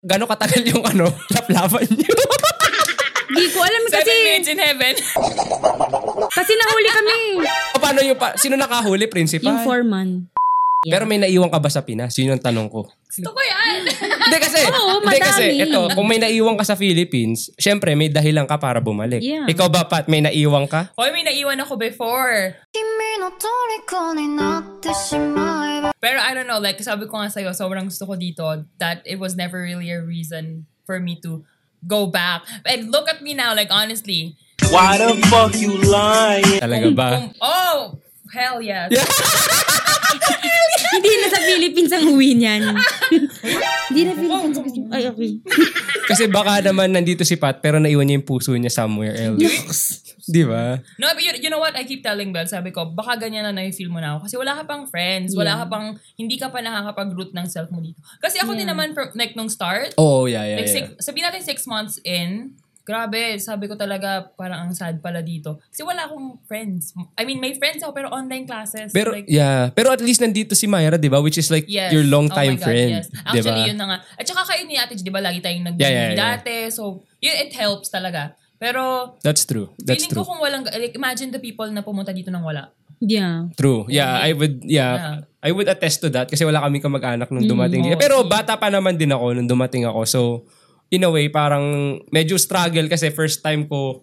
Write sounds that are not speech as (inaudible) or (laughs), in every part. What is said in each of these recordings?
gano'ng katagal yung ano, (laughs) laplapan niyo? (laughs) Di ko alam eh, kasi, Seven minutes in heaven. kasi nahuli kami. O, Paano yung, pa, sino nakahuli, principal? Yung foreman. Pero may naiwan ka ba sa Pinas? Yun yung tanong ko. Gusto ko yan. Hindi kasi, Oo, hindi kasi, madami. ito, kung may naiwan ka sa Philippines, syempre may dahilan ka para bumalik. Yeah. Ikaw ba, Pat, may naiwan ka? (laughs) Hoy, may naiwan ako before. 君の虜になってしまえば Pero I don't know, like sabi ko nga sa'yo, sobrang gusto ko dito that it was never really a reason for me to go back. And look at me now, like honestly. Why the fuck you lying? Talaga ba? Um, oh, hell yes. Ah. Yeah. (laughs) Hindi na sa Philippines ang uwi (laughs) niyan. Hindi na Philippines. ang- Ay, okay. Kasi baka naman nandito si Pat, pero naiwan niya yung puso niya somewhere else. (laughs) Di ba? No, but you, you know what? I keep telling Bel, sabi ko, baka ganyan na na-feel mo na ako. Kasi wala ka pang friends, wala Yeah. ka pang, hindi ka pa nakakapag-root ng self mo dito. Kasi ako din naman, from, like, nung start, Oo, yeah, yeah, like, yeah. six, sabihin natin six months in, grabe, sabi ko talaga, parang ang sad pala dito. Kasi wala akong friends. I mean, may friends ako, pero online classes. Pero, like, yeah. Pero at least nandito si Myra, di ba? Which is like Yes. your long Oh time my God, friend. yes. Di Actually, ba? yun na nga. At saka kayo ni Ate G, di ba, lagi tayong nag Yeah, yeah, yeah. dati. So, yun, it helps talaga. Pero, That's true. That's feeling true. ko kung walang, like, imagine the people na pumunta dito nang wala. Yeah. True. Yeah, I would yeah, Yeah. Mm-hmm. I would attest to that kasi wala kami kamag-anak nung dumating dito. Oo, Pero bata pa naman din ako nung dumating ako. So in a way parang medyo struggle kasi first time ko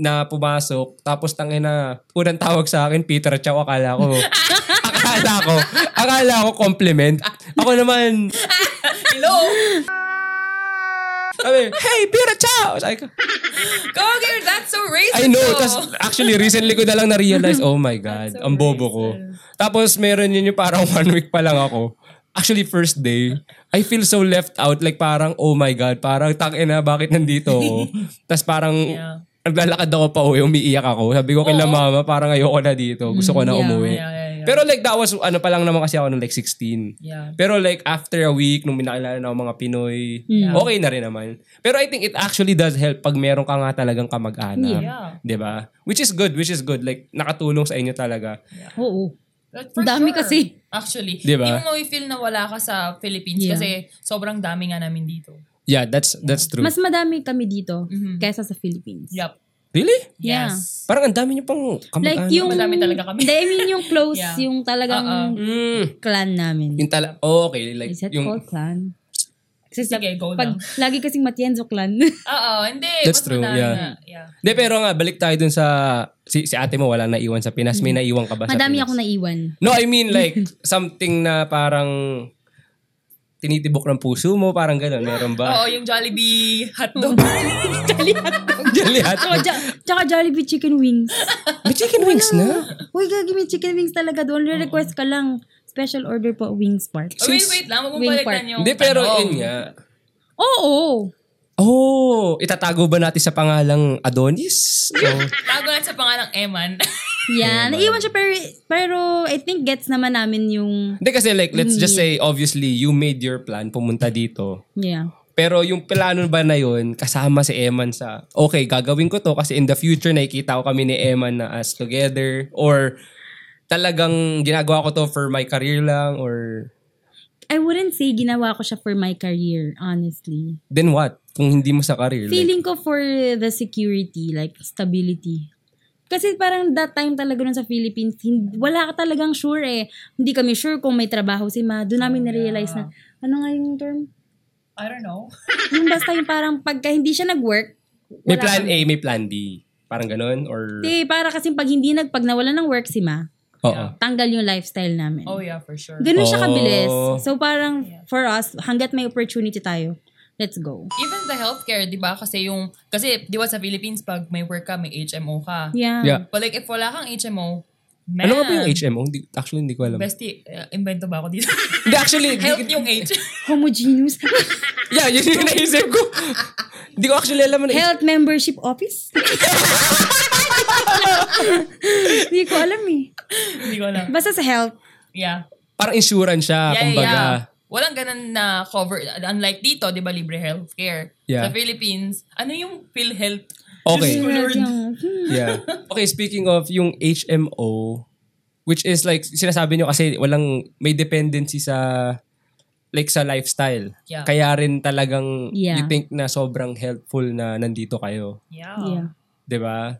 na pumasok tapos tangin na unang tawag sa akin Peter Chow akala (laughs) ko akala ko akala ko compliment ako naman Hello! sabi hey Peter Chow sabi ko Go here! That's so racist! I know. though. Tas, actually, recently ko na lang na-realize, oh my God, That's so ang bobo ko. Tapos, meron yun yung parang (laughs) one week pa lang ako. Actually, first day, I feel so left out. Like parang, oh my God, parang takin na, bakit nandito (laughs) ako? Tapos parang, Yeah. Oh. naglalakad ako pa uwi, umiiyak ako. Sabi ko kay la mama, parang ayoko na dito. Gusto ko na yeah, umuwi. yeah, yeah, yeah. Pero like, that was, ano pa lang naman kasi ako nung like 16. Yeah. Pero like after a week, nung minakilala na ako mga Pinoy, okay na rin naman. Pero I think it actually does help pag meron ka nga talagang kamag-anak. Yeah. 'Di ba? Which is good, which is good. Like nakatulong sa inyo talaga. Oo. That Uh, for Dami kasi. Actually. Di ba? Hindi mo feel na wala ka sa Philippines Yeah. kasi sobrang dami nga namin dito. Yeah, that's that's true. Mas madami kami dito Mhm. kaysa sa Philippines. Yup. really? Yeah. Yes. Parang ang dami niyo pang kamag-anak. Like yung... Madami talaga kami. Hindi, I mean (laughs) yung close, Yeah. Uh-uh. yung talagang Mm. clan namin. Yung tala- oh, okay, like Is that yung called clan? Kasi Sige, go pag, lang. Lagi kasing Matienzo clan. (laughs) Oo, hindi. That's mas true, madami yeah. nga. yeah. De, pero nga, balik tayo dun sa... Si, si ate mo, wala naiwan sa Pinas. May naiwan ka ba sa Mm. Madami Pinas? ako (laughs) naiwan. No, I mean like (laughs) something na parang tinitibok ng puso mo, parang gano'n. Meron ba? (laughs) Oh. Oo, yung Jollibee (laughs) hotdog. Oh, Jalihat. Tsaka, jo- tsaka Jollibee chicken wings. May chicken wings na. Uy, gagi may chicken wings talaga doon. Request Uh-huh. ka lang. Special order po, wings part. Oh, wait, wait lang. Huwag mong Wing balikan part. yung... Hindi, pero tanong. yun nga. Oo. Oh, itatago ba natin sa pangalang Adonis? Oh. Tago natin sa pangalang Eman. (laughs) Yan. Naiwan siya pero, pero I think gets naman namin yung... Hindi kasi like, let's Mm. just say, obviously, you made your plan, pumunta dito. Yeah. Pero yung plano ba na yun, kasama si Eman sa, okay, gagawin ko to kasi in the future, nakikita ko kami ni Eman na as together or talagang ginagawa ko to for my career lang or I wouldn't say ginawa ko siya for my career, honestly. then what? Kung hindi mo sa career. like- Feeling ko for the security, like stability. Kasi parang that time talaga nun sa Philippines, hin- wala ka talagang sure eh. Hindi kami sure kung may trabaho si Ma. Doon namin na-realize na, ano nga yung term? I don't know. Yung basta yung parang pagka hindi siya nag-work, may wala plan kami. A, may plan B. Parang ganun? Or... Hindi, eh, para kasi pag hindi nagpag nawala ng work si Ma, Oo. tanggal yung lifestyle namin. Oh yeah, for sure. Ganun siya kabilis. Oh. So parang for us, hanggat may opportunity tayo, let's go. Even the healthcare, di ba? Kasi yung... Kasi, di ba sa Philippines, pag may work ka, may HMO ka. Yeah. Yeah. But like, if wala kang HMO, Ah. man. Ano nga ba yung HMO? Hindi- actually, hindi ko alam. Bestie, uh, invento ba ako dito? (laughs) Hindi, actually, di- Health yung H. (laughs) Homogeneous. yeah, yun yung naisip ko. (laughs) Hindi ko actually alam ano, na Health membership office? (laughs) Hindi ko alam eh. Hindi ko alam. Basta sa health. Yeah. parang insurance siya, Yeah, Ah, kumbaga. yeah. Walang ganun na cover. Unlike dito, di ba, libre healthcare. Yeah. Sa Philippines, ano yung PhilHealth? Okay. Just Health Lord. yung- hmm. Yeah. (laughs) Okay, speaking of yung HMO, which is like, sinasabi nyo kasi walang, may dependency sa like sa lifestyle. Yeah. Kaya rin talagang Yeah. you think na sobrang helpful na nandito kayo. Yeah. Yeah. 'Di ba?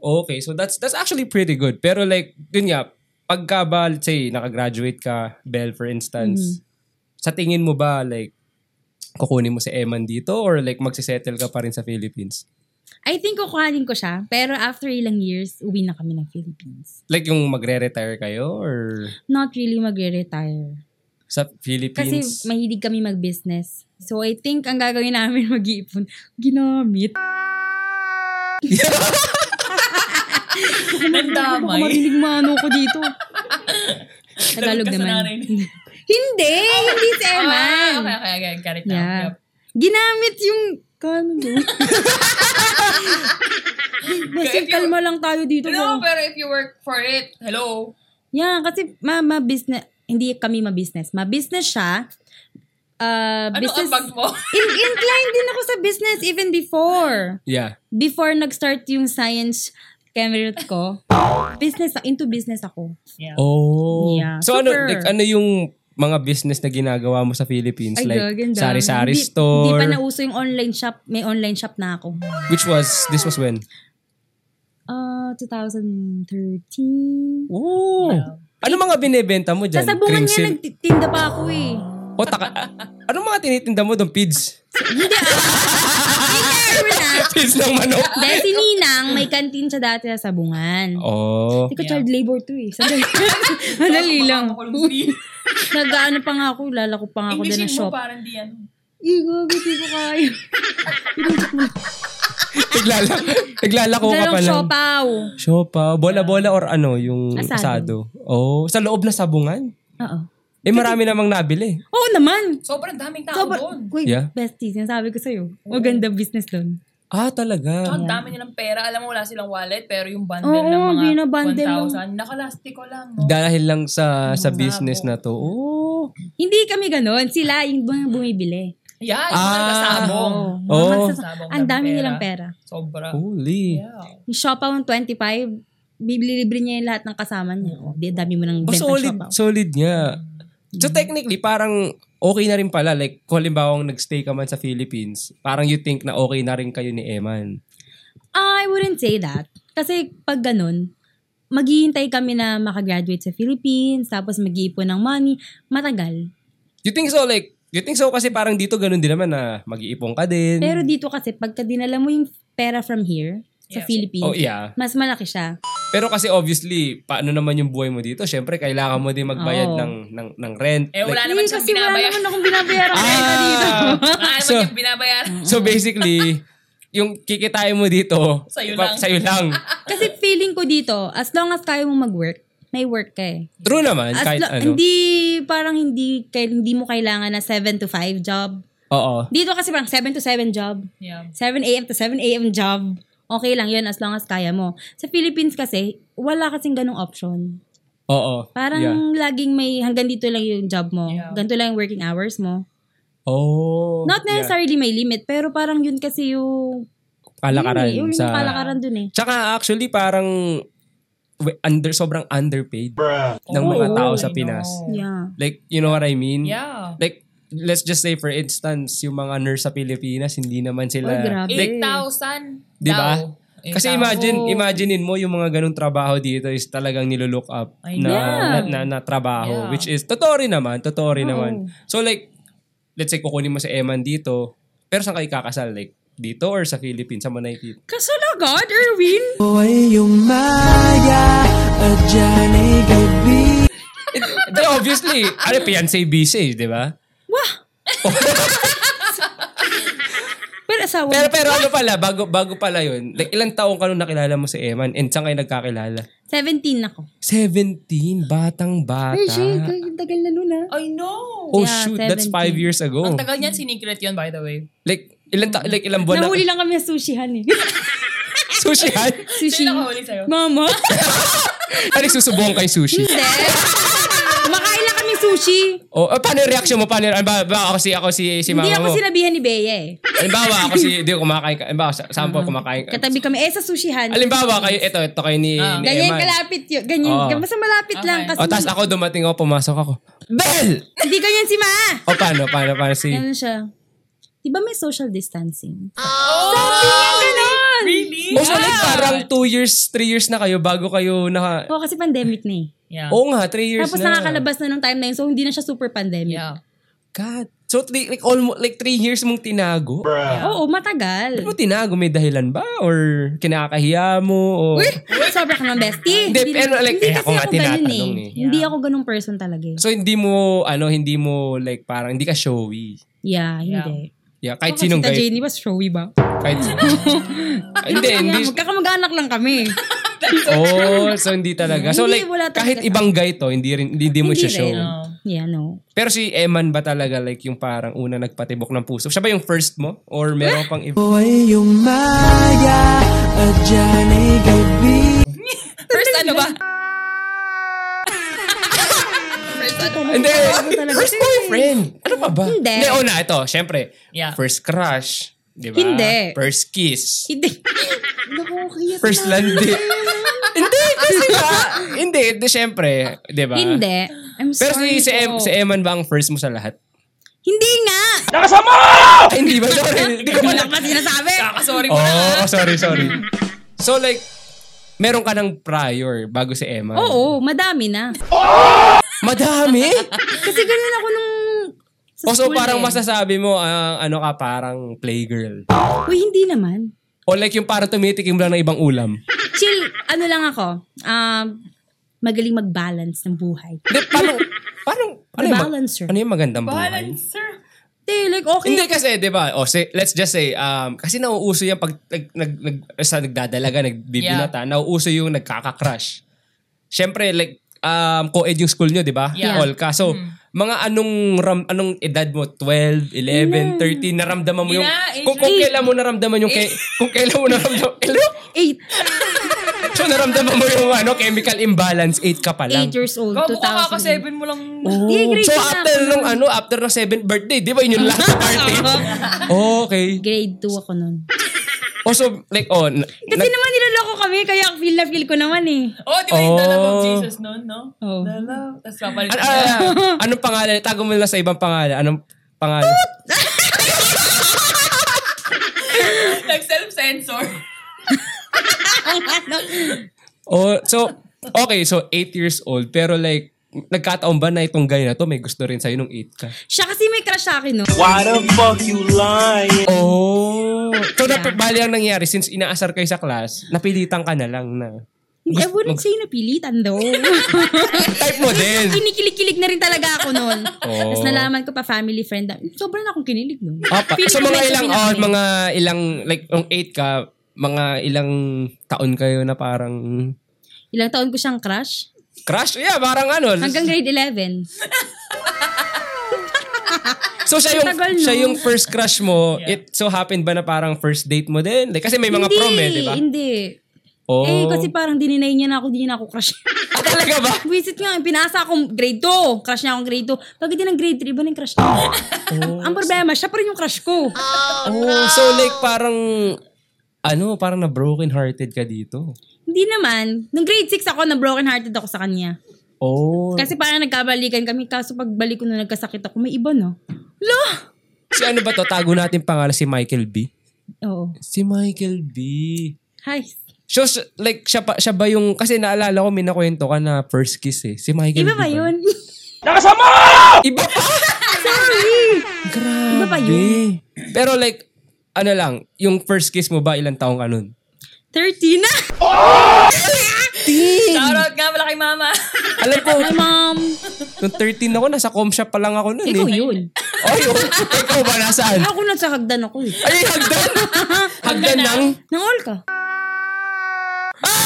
Okay, so that's that's actually pretty good. Pero like, yun nga, pagka ba, let's say, nakagraduate ka, Bell, for instance, sa tingin mo ba, like, kukunin mo si Eman dito or like magsisettle ka pa rin sa Philippines? I think kukuhanin ko siya. Pero after ilang years, uwi na kami ng Philippines. Like yung magre-retire kayo or Not really magre-retire. sa Kasi Philippines? (laughs) mahilig kami mag-business. So I think ang gagawin namin (laughs) mag-iipon. Ginamit. Baka Nandamay. marinig maano ko dito. (laughs) Tagalog Nalagkas na naman. narinig. hindi! Hindi si Eman. Ah, okay, okay, okay. Got it now. Yeah. Yep. Ginamit yung... Kano (laughs) yun? Kasi If you- kalma lang tayo dito. No, bro. pero if you work for it, hello. Yeah, kasi ma, ma business hindi kami ma-business. Ma-business siya. Uh, Ano ang business, bag (laughs) mo? in- inclined din ako sa business even before. yeah. Before nag-start yung science career ko, business, into business ako. Oh. Yeah. So ano, Super. like, ano yung mga business na ginagawa mo sa Philippines? Ay, like, gaganda. sari-sari Hindi- Hindi store. pa nauso yung online shop. May online shop na ako. which was, this was when? Uh, 2013. Oh. Ano mga binebenta mo dyan? Sasabungan Cream niya, silk? nagtitinda pa ako eh. O, taka- ah, anong mga tinitinda mo doon? Pids? (laughs) Ah, Alam mo na, Pids ng manok? dahil si Ninang, may kantin siya dati sa Sabungan. Oh. Hindi ko child labor to eh. (laughs) Sandali. Sandali lang. (laughs) Kulong Nag-ano pa nga ako, lalako pa nga ako din Englishin ng mo shop. parang di ano. Igo, hindi ko kaya. Naglala, naglalako ka Dalawang pa lang. shopaw. Shopa. Bola-bola or ano, yung Asado. asado. Oh, sa loob na sabungan. Oo. Eh, marami namang nabili. Oo naman. Sobrang daming tao Sobra, doon. Uy, Yeah. besties, sinasabi ko sa'yo. Maganda business doon. Ah, talaga. Ang dami nilang pera. Alam mo, wala silang wallet, pero yung bundle Oo, ng mga binabundle lang. 1,000, nakalastiko lang. No? Dahil lang sa sa business na to. Oh. Hindi kami ganun. Sila yung mga bumibili. Yeah, yung Ah, mga kasabong. Oo. Mga Oo. magsasa- Ang dami nilang pera. Sobra. Holy. Yeah. Yung shopaw ng 25, bibili-libre niya yung lahat ng kasama niya. O, di, dami mo ng Ba, benta Oh. solid, shopaw. solid niya. Mm. So technically, parang okay na rin pala. Like, kung halimbawa kung nagstay ka man sa Philippines, parang you think na okay na rin kayo ni Eman. I wouldn't say that. Kasi pag ganun, maghihintay kami na makagraduate sa Philippines, tapos mag-iipon ng money, matagal. You think so? Like, you think so? Kasi parang dito ganun din naman na mag-iipon ka din. Pero dito kasi, pagka dinala mo yung pera from here, sa Yeah. Philippines, oh, yeah. mas malaki siya. Pero kasi obviously, paano naman yung buhay mo dito? Siyempre, kailangan mo din magbayad Oo. ng, ng, ng rent. Oh. Eh, wala Hindi, naman siyang kasi wala binabayaran. naman akong binabayaran ah! dito. Wala naman So- mm. yung binabayaran. So basically, yung kikitain mo dito, Sa'yo pa- lang. sa'yo lang. (laughs) Kasi feeling ko dito, as long as kaya mo mag-work, may work ka eh. True naman, As kahit lo- ano. Hindi, parang hindi, kay- hindi mo kailangan na 7 to 5 job. Oo. Dito kasi parang 7 to 7 job. Yeah. 7 a.m. to 7 a.m. job. Okay lang yun as long as kaya mo. Sa Philippines kasi, wala kasing ganong option. Oo. Parang Yeah. laging may hanggang dito lang yung job mo. Yeah. Ganito lang yung working hours mo. Oh. Not yeah. necessarily may limit, pero parang yun kasi yung... Kalakaran Yun, eh, yun, yung sa... kalakaran dun eh. Tsaka actually, parang we- under sobrang underpaid ng mga Oo, tao sa I Pinas. know. Yeah. Like, you know what I mean? Yeah. Like, let's just say for instance, yung mga nurse sa Pilipinas, hindi naman sila... Oh, grabe. 8,000 Di ba? daw. Kasi 8,000. imagine, imaginein mo yung mga ganung trabaho dito is talagang nilolook up na, I know. na, na, na trabaho. Yeah. Which is, totoo rin naman, totoo rin naman. So like, let's say kukunin mo si Eman dito, pero saan ka ikakasal? Like, dito or sa Philippines? Saan mo nakikita? Kasalagad, Erwin! (laughs) (laughs) Hindi, obviously, ano, fiancé busy, di ba? Wah! pero asawa Pero, pero ano pala, bago, bago pala yun, like, ilang taong ka nung nakilala mo si Eman and saan kayo nagkakilala? 17 ako. 17, batang bata. ang tagal na nun ah. I know. Oh Yeah, shoot, that's 5 17. years ago. Ang tagal niyan, sinikret yun, by the way. Like, ilang, ta- like, ilang buwan Nahuli lang kami sa sushihan eh. (laughs) Sushi han? Sushi. Sino nakahuli (laughs) sa'yo? Mama? Ano susubong kay sushi? Hindi. Kumakain lang kami sushi. O, oh, paano yung reaction mo? Paano, ano ba, ba, ako si, ako si, si mama Hindi ako mo? sinabihan ni Bea eh. Halimbawa, ako si, di kumakain ka. Halimbawa, sa- sample, Ah. kumakain ka. Katabi kami. Eh, sa sushihan. Halimbawa, kayo, ito, ito kayo ni, Ah. ni Ganyan Eman. kalapit yun. Ganyan. Oo. Basta malapit Okay. lang. O, Kasi tapos ako dumating ako, pumasok ako. Bell! hindi ganyan si Ma. O, paano, paano, paano si... Ganyan siya. Di ba may social distancing? Really? O, Oh, so like, Ah! parang two years, three years na kayo bago kayo naka... Oo, kasi pandemic na eh. Yeah. Oo nga, three years Tapos na. nakakalabas na nung time na yun. So, hindi na siya super pandemic. Yeah. God. So, three, like, almost, like three years mong tinago? Oo, matagal. Ano tinago? May dahilan ba? Or kinakahiya mo? O... Uy, sobra ka naman, bestie. Hindi, pero like, eh, ako nga ganun tinatanong eh. Hindi ako ganun person talaga eh. So, hindi mo, ano, hindi mo, like, parang, hindi ka showy. Yeah, hindi. Yeah, kahit Ako, sinong si Ta guy. Janie, was showy ba? Kahit (laughs) Hindi, hindi. Kaya magkakamag-anak lang kami. Oh, so hindi talaga. So Hindi, like, wala talaga. kahit ibang guy to, hindi, rin, hindi, (laughs) hindi mo Hindi siya show. rin. oh. No. Yeah, no. Pero si Eman ba talaga like yung parang una nagpatibok ng puso? Siya ba yung first mo? Or meron pang iba? First ano ba? First ano? Hindi, Ako talaga. eh. first boyfriend. Ano pa ba? Hindi. Hindi, una, ito, syempre. Yeah. First crush. Di ba? Hindi. First kiss. (laughs) Hindi. Naku, kaya First landi. (laughs) hindi, kasi nga. Hindi, di, syempre. Di ba? Hindi. I'm Pero sorry. si, si, em, po. si Eman ba ang first mo sa lahat? Hindi nga! Ay, hindi ba? (laughs) Sorry. Hindi ko Wala ka sinasabi. Kakasorry mo Oh, na. sorry, sorry. So like, meron ka ng prior bago si Emma. Oo, madami na. Madami? (laughs) Kasi ganun ako nung o sa Oh, so school parang eh. masasabi mo, ah, ano ka, parang playgirl. Uy, hindi naman. O like yung parang tumitikim lang ng ibang ulam. Chill, ano lang ako. Um, magaling mag-balance ng buhay. Hindi, parang, parang, ano yung, mag- Balancer. ano yung magandang buhay? Balancer. Hindi, like okay. Hindi kasi, di ba? O, say, let's just say, um, kasi nauuso yung pag nag, nag, nag, sa nagdadalaga, nagbibinata, nauuso yung nagkakakrush. Siyempre, like, um, co-ed yung school nyo, di ba? Yeah. All ka. So, mga anong ram, anong edad mo? 12, 11, 13, naramdaman mo yung... Yeah, age kung, kung range. kailan mo naramdaman yung... ke- kung kailan mo naramdaman... Hello? Eight. So, naramdaman mo yung ano, chemical imbalance, 8 ka pa lang. Oh. Eight years old. Gago 2000. ka kaka-seven mo lang. (laughs) Hindi, grade so, two na after ako nung nun. ano, after ng 7th birthday, di ba yun yung last party? Oh, okay. Grade 2 ako nun. O, so, like, oh, na- Kasi naman niloloko kami, kaya feel na feel ko naman eh. Oh, di ba yung dalaw ng Oh. Jesus noon, no? Oh. Dalaw. Tapos papalit. An- ah, anong pangalan? Tago mo na sa ibang pangalan. Anong pangalan? (laughs) Nag-self-censor. Oh, so, okay. So, 8 years old. Pero like, nagkataon ba na itong guy na to may gusto rin sa'yo nung 8 ka? Siya kasi may crush sa akin, no? Why the fuck you lying? Oh! So, nap- bali ang nangyari, since inaasar kayo sa class, napilitan ka na lang na. Eh, I wouldn't say napilitan (laughs) though. Type mo din! Kinikilig-kilig na rin talaga ako noon. Oo. Tapos nalaman ko pa family friend. na- Sobrang akong kinilig noon. Apa. Feeling So, Ah, mga ko medyo ilang, pinakain. oh, mga ilang, like, nung 8 ka, mga ilang taon kayo na parang Ilang taon ko siyang crush. crush? Yeah, parang ano. Hanggang grade 11. So siya yung Matagal, no? siya yung first crush mo. It so happened ba na parang first date mo din? Like, kasi may mga hindi, prom eh, di ba? Hindi. Oh. Eh, kasi parang dininay niya na ako, di niya na ako crush. (laughs) Ah, talaga ba? (laughs) Visit nga, pinasa akong grade 2. Crush niya akong grade 2. Pag din ng grade 3, iba na yung crush niya. (laughs) Ang problema, siya pa rin yung crush ko. Oh, so like parang ano, parang na broken hearted ka dito. Hindi naman. Nung grade 6 ako, na broken hearted ako sa kanya. Oh. Kasi parang nagkabalikan kami. Kaso pagbalik ko na nagkasakit ako, may iba na. Lo! Si ano ba to? Tago natin pangalan si Michael B. Oo. Si Michael B. Hi. So, s- like, siya, pa, siya ba yung... Kasi naalala ko, may nakwento ka na first kiss eh. Si Michael Iba B. pa yun? (laughs) Iba pa? Sorry! Grabe. Iba pa yun. Pero like, ano lang, yung first kiss mo ba, ilang taong ka nun? 13 na! Shoutout nga pala kay mama. Alam ko, Hi, ma'am! Nung 13 ako, nasa com shop pa lang ako nun Ikaw eh. yun. Oh, yun. Ikaw ba nasaan? Ako na sa hagdan ako eh. Ay, hagdan! (laughs) hagdan ng... Nang all ka.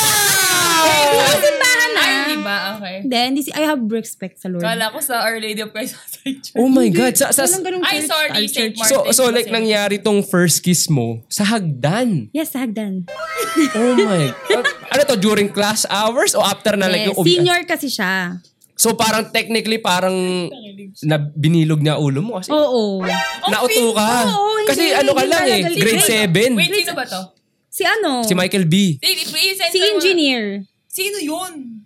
Ah! Simbahan na! Ay, di ba? Okay. Hindi, hindi si... I have respect sa Lord. Kala ko sa Our Lady of (laughs) Quezon City Church. Oh my God. Sa, sa, Walang ganung Ay, church. sorry, Ay, St. church. Martin. so, so like, Kasi- nangyari tong first kiss mo sa hagdan. Yes, sa (laughs) hagdan. Oh my God. ano to, during class hours o after na like Eh, yung... umi- senior kasi siya. So parang technically parang na binilog niya ulo mo Oh, kasi Oo. nauto ka. Oo, oh, hindi, kasi ano ka hindi lang eh, talaga. grade Wait, 7. Wait, sino ba to? Si ano? Si Michael B. Wait, wait, send Si sa- engineer. Sino yun?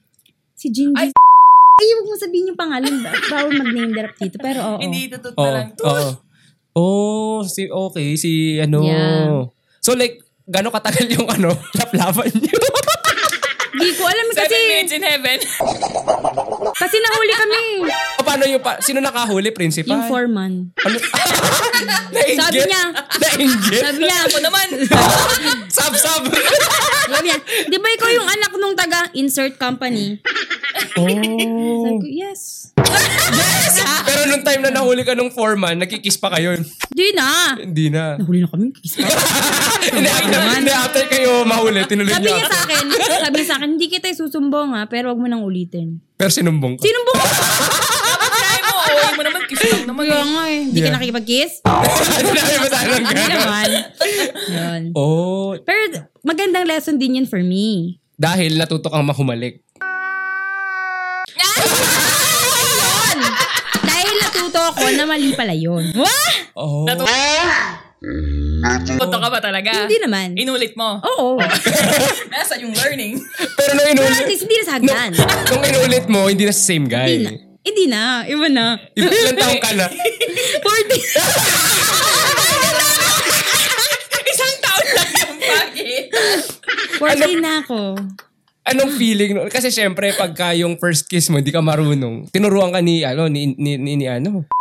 Si Jinji. Ay, Ay, huwag mo sabihin yung pangalan. ba- Bawal mag-name drop dito. Pero Oh. oo. Hindi, tutot na Oo. lang. Oo. Oh, si okay, si ano. Yeah. So like, gano'ng katagal yung ano, (laughs) laplapan niyo? (laughs) Hindi ko alam eh, kasi, Seven minutes in heaven. (laughs) kasi nahuli kami. O, paano yung, pa, sino nakahuli, principal? Yung foreman. Ano? (laughs) Nainggit? Sabi niya. Nainggit? Sabi niya, Ako naman. Sab, sab. sabi niya, di ba ikaw yung anak nung taga insert company? Sabi (laughs) oh. ko, yes. Pero nung time na nahuli ka nung foreman, nakikiss pa kayo. Di na. Hindi (laughs) na. Nahuli na kami. kiss pa. Hindi, after, hindi, after kayo mahuli, tinuloy Sabi niyo. niya sa after. akin, sabi niya sa akin, hindi kita isusumbong ha, pero wag mo nang ulitin. Pero sinumbong ka. Sinumbong ko Kaya mo, oo, mo naman, kiss lang naman. Kaya nga eh. Hindi Yeah. ka nakikipag-kiss? (laughs) (laughs) Sinabi mo sa akin ng Hindi gano'n. naman. Yun. Oh, Pero magandang lesson din yun for me. dahil natuto kang mahumalik. Yun! Dahil natuto ako na mali pala yun. Wah! Oh. Natu- Toto ka ba talaga? Hindi naman. Oh. Inulit mo. (laughs) Oo. Nasa yung learning. (laughs) (laughs) Pero nung At inulit, least hindi na sa hagdan. nung inulit mo, hindi na sa same Hindi na. guy. Hindi na. Iba na. Ilang taong ka na. 40. Isang taon lang yung bagay. 40 na ako. Anong feeling? nun? Kasi syempre, pagka yung first kiss mo, hindi ka marunong. Tinuruan ka ni, ano, ni, ni, ni, ni ano.